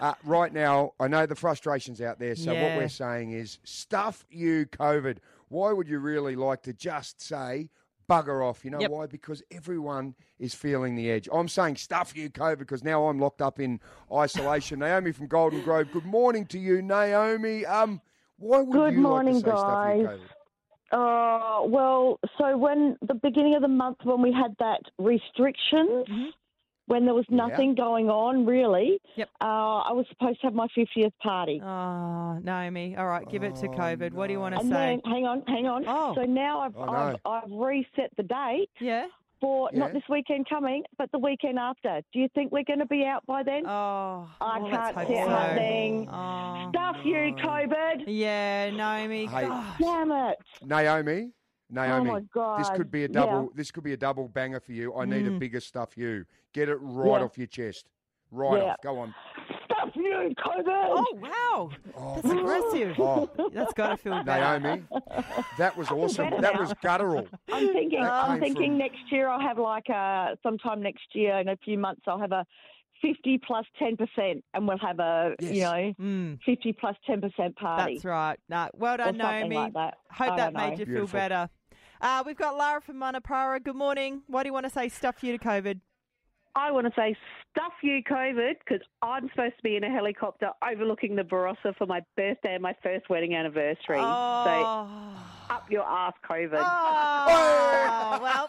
Uh, right now, I know the frustration's out there. So Yeah. what we're saying is, stuff you, COVID. Why would you really like to just say bugger off? You know Yep. why? Because everyone is feeling the edge. I'm saying stuff you, COVID, because now I'm locked up in isolation. Naomi from Golden Grove. Good morning to you, Naomi. Um, why would Good you morning, like to say stuff you, guys. COVID? Uh, well, so when the beginning of the month, when we had that restrictions, when there was Yeah. nothing going on really, Mm-hmm. Yep. uh, I was supposed to have my 50th party. Oh, Naomi. All right, give it to Oh, COVID. What do you want to and say? then, hang on, hang on. Oh. So now I've, Oh, no. I've, I've reset the date yeah. for Yeah. not this weekend coming, but the weekend after. Do you think we're going to be out by then? Oh, I well, let's can't hope see it so. happening. Oh. Stuff you, COVID. Yeah, Naomi. Hey. gosh. Damn it. Naomi, Naomi. oh my God. This could be a Yeah. double. This could be a double banger for you. I need a Mm. bigger stuff. You get it right Yeah. off your chest. Right Yeah. off. Go on. Stuff you, COVID. Oh wow, Oh, that's aggressive. oh, That's got to feel bad. Naomi, that was awesome. better That now. was guttural. I'm thinking. That I'm came thinking from- next year I'll have like a sometime next year in a few months I'll have a fifty plus ten percent, and we'll have a you Yes. know Mm, fifty plus ten percent party that's right. Nah, well or done, something Naomi. like that. Hope I that don't made know. you feel Beautiful. better. Uh, we've got Lara from Manapara. Good morning. What do you want to say? Stuff you to COVID. I want to say stuff you, COVID, because I'm supposed to be in a helicopter overlooking the Barossa for my birthday and my first wedding anniversary. Oh. So up your ass, COVID. Oh, well,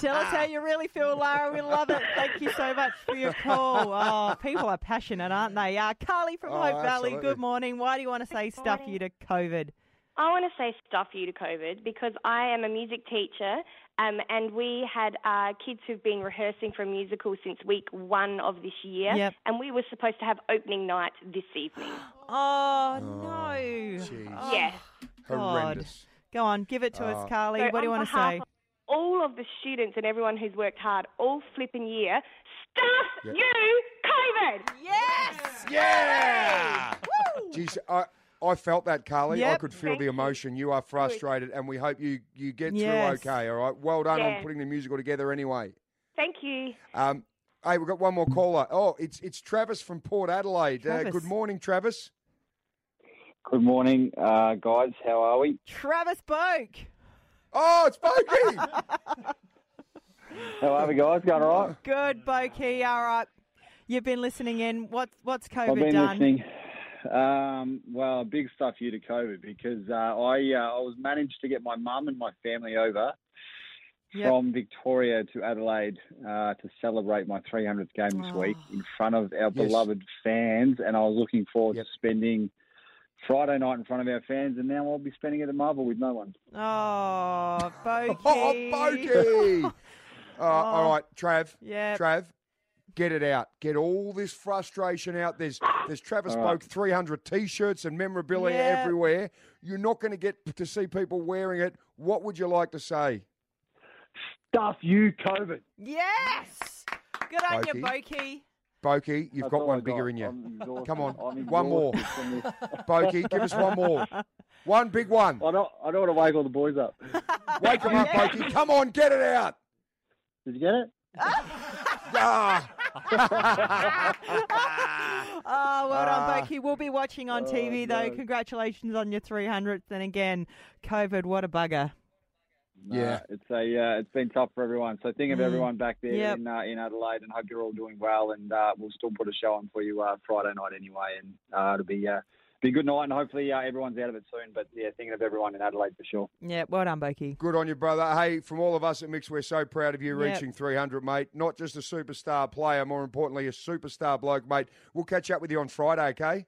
tell us how you really feel, Lara. We love it. Thank you so much for your call. Oh, people are passionate, aren't they? Uh, Carly from Oh, Hope Valley, absolutely. good morning. Why do you want to say stuff you to COVID? I want to say stuff you to COVID because I am a music teacher, um, and we had uh, kids who've been rehearsing for a musical since week one of this year, Yep. and we were supposed to have opening night this evening. Oh, Oh, no. jeez. Oh, Yes. Horrendous. Go on, give it to Uh, us, Carly. So what do you on want to behalf say? of all of the students and everyone who's worked hard all flipping year, stuff Yep. you COVID. Yes! Yeah. Jeez, I, I felt that, Carly. I Yep. could feel Thank the you. emotion. You are frustrated, and we hope you you get Yes. through okay. All right. Well done on Yeah. putting the musical together. Anyway. Thank you. Um, hey, we've got one more caller. Oh, it's it's Travis from Port Adelaide. Uh, Travis. good morning, Travis. Good morning, uh, guys. How are we? Travis Boak. Oh, it's Bogey. How are we, guys? Going all right? Good, Bokey. All right. You've been listening in. What, what's COVID I've been done? listening. Um, well, big stuff you to COVID because uh, I uh, I was managed to get my mum and my family over Yep. from Victoria to Adelaide uh, to celebrate my 300th game this Oh. week in front of our beloved fans, and I was looking forward Yep. to spending Friday night in front of our fans, and now I'll be spending it at Marvel with no one. Oh, Bokey. Oh, Bogey. Uh, All right, Trav. Yeah. Trav, get it out. Get all this frustration out. There's there's Travis All right. Boak 300 t-shirts and memorabilia Yeah. everywhere. You're not going to get to see people wearing it. What would you like to say? Stuff you COVID. Yes. Good on you, Bokey. Bokey, you've That's got all one I Um, bigger in you. I'm exhausted. Come on, I'm one more. exhausted from this. Bokey, give us one more. One big one. I don't, I don't want to wake all the boys up. Wake them up, Yeah. Bokey. Come on, get it out. Did you get it? Ah. Oh, well done, Ah. Bokey. We'll be watching on Oh, TV, though. no. Congratulations on your 300th. And again, COVID, what a bugger. Yeah. it's a uh, it's been tough for everyone. So think of Mm. everyone back there Yep. in uh, in Adelaide, and hope you're all doing well. And uh, we'll still put a show on for you uh, Friday night anyway, and uh, it'll be uh, be a good night. And hopefully uh, everyone's out of it soon. But yeah, thinking of everyone in Adelaide for sure. Yeah, well done, Bokey. Good on you, brother. Hey, from all of us at Mix, we're so proud of you Yep. reaching 300, mate. Not just a superstar player, more importantly, a superstar bloke, mate. We'll catch up with you on Friday, okay?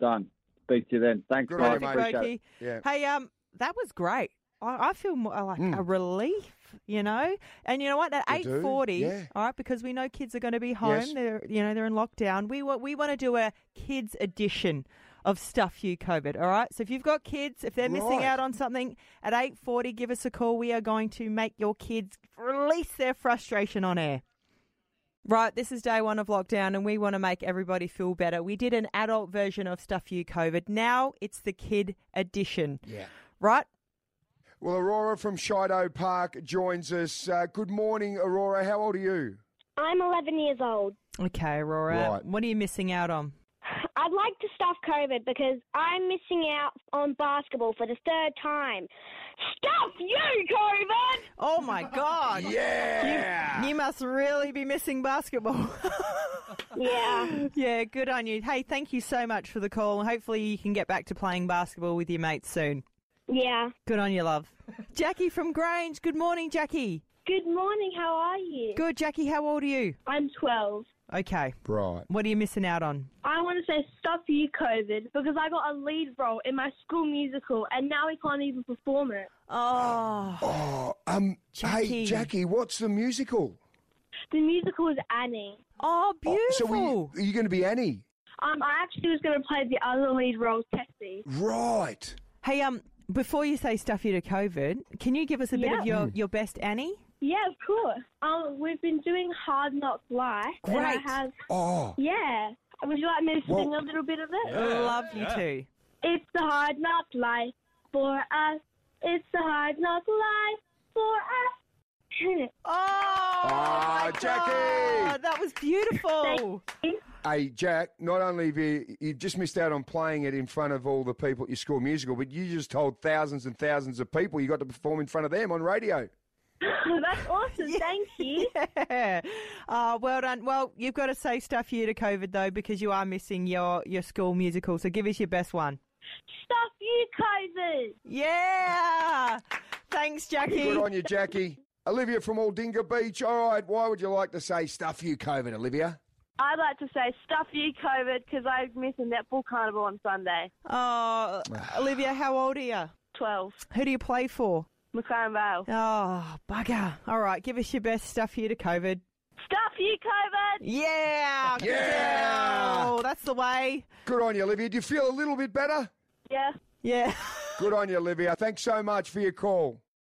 Done. Speak to you then. Thanks, Good on you, guys. mate. Perfect, Appreciate it. Bokey. Yeah. Hey, um, that was great. I, I feel more uh, like Mm. a relief, you know. And you know what? That You eight do, forty, yeah. all right, because we know kids are going to be home. Yes. They're you know they're in lockdown. We wa- we want to do a kids edition of stuff you COVID. All right. So if you've got kids, if they're missing Right. out on something at eight forty, give us a call. We are going to make your kids release their frustration on air. Right, this is day one of lockdown, and we want to make everybody feel better. We did an adult version of Stuff You COVID. Now it's the kid edition. Yeah. Right? Well, Aurora from Shido Park joins us. Uh, good morning, Aurora. How old are you? I'm 11 years old. Okay, Aurora. Right. What are you missing out on? I'd like to stuff COVID because I'm missing out on basketball for the third time. Stuff you, COVID! Oh my God! Yeah. You must really be missing basketball. Yeah. yeah, good on you. Hey, thank you so much for the call. Hopefully, you can get back to playing basketball with your mates soon. Yeah. Good on you, love. Jackie from Grange. Good morning, Jackie. Good morning, how are you? Good, Jackie. How old are you? I'm 12. Okay. Right. What are you missing out on? I want to say stuff you, COVID, because I got a lead role in my school musical and now we can't even perform it. Oh, Oh, um, hey, Jackie. Jackie, what's the musical? The musical is Annie. oh, Oh, so beautiful. we, are you going to be Annie? Um, I actually was going to play the other lead role, Tessie. Right. Hey, um, before you say stuff you to COVID, can you give us a bit of your, your best Annie? Yeah, of course. Um, we've been doing Hard Knock Life. and I Great. have, Oh, yeah. Would you like me to Well- sing a little bit of it? Love you too. It's the hard knock life for us. It's the hard knock life for us. Oh, my Ah, Jackie. God, that was beautiful. hey, Jack, not only have you, you just missed out on playing it in front of all the people at your school musical, but you just told thousands and thousands of people you got to perform in front of them on radio. That's awesome. Thank you. Yeah. Uh, well done. Well, you've got to say stuff you to COVID though, because you are missing your, your school musical. So give us your best one. Stuff you, COVID. Yeah. Thanks, Jackie. Good on you, Jackie. Olivia from Aldinga Beach. All right, why would you like to say stuff you, COVID, Olivia? I'd like to say stuff you, COVID, because I'm missing that bull carnival on Sunday. Oh, Olivia, how old are you? 12, Who do you play for? McLaren Vale. Oh, bugger. All right, give us your best stuff you to COVID. Stuff you, COVID! Yeah. good Yeah. girl. That's the way. Good on you, Olivia. Do you feel a little bit better? Yeah. Yeah. Good on you, Olivia. Thanks so much for your call.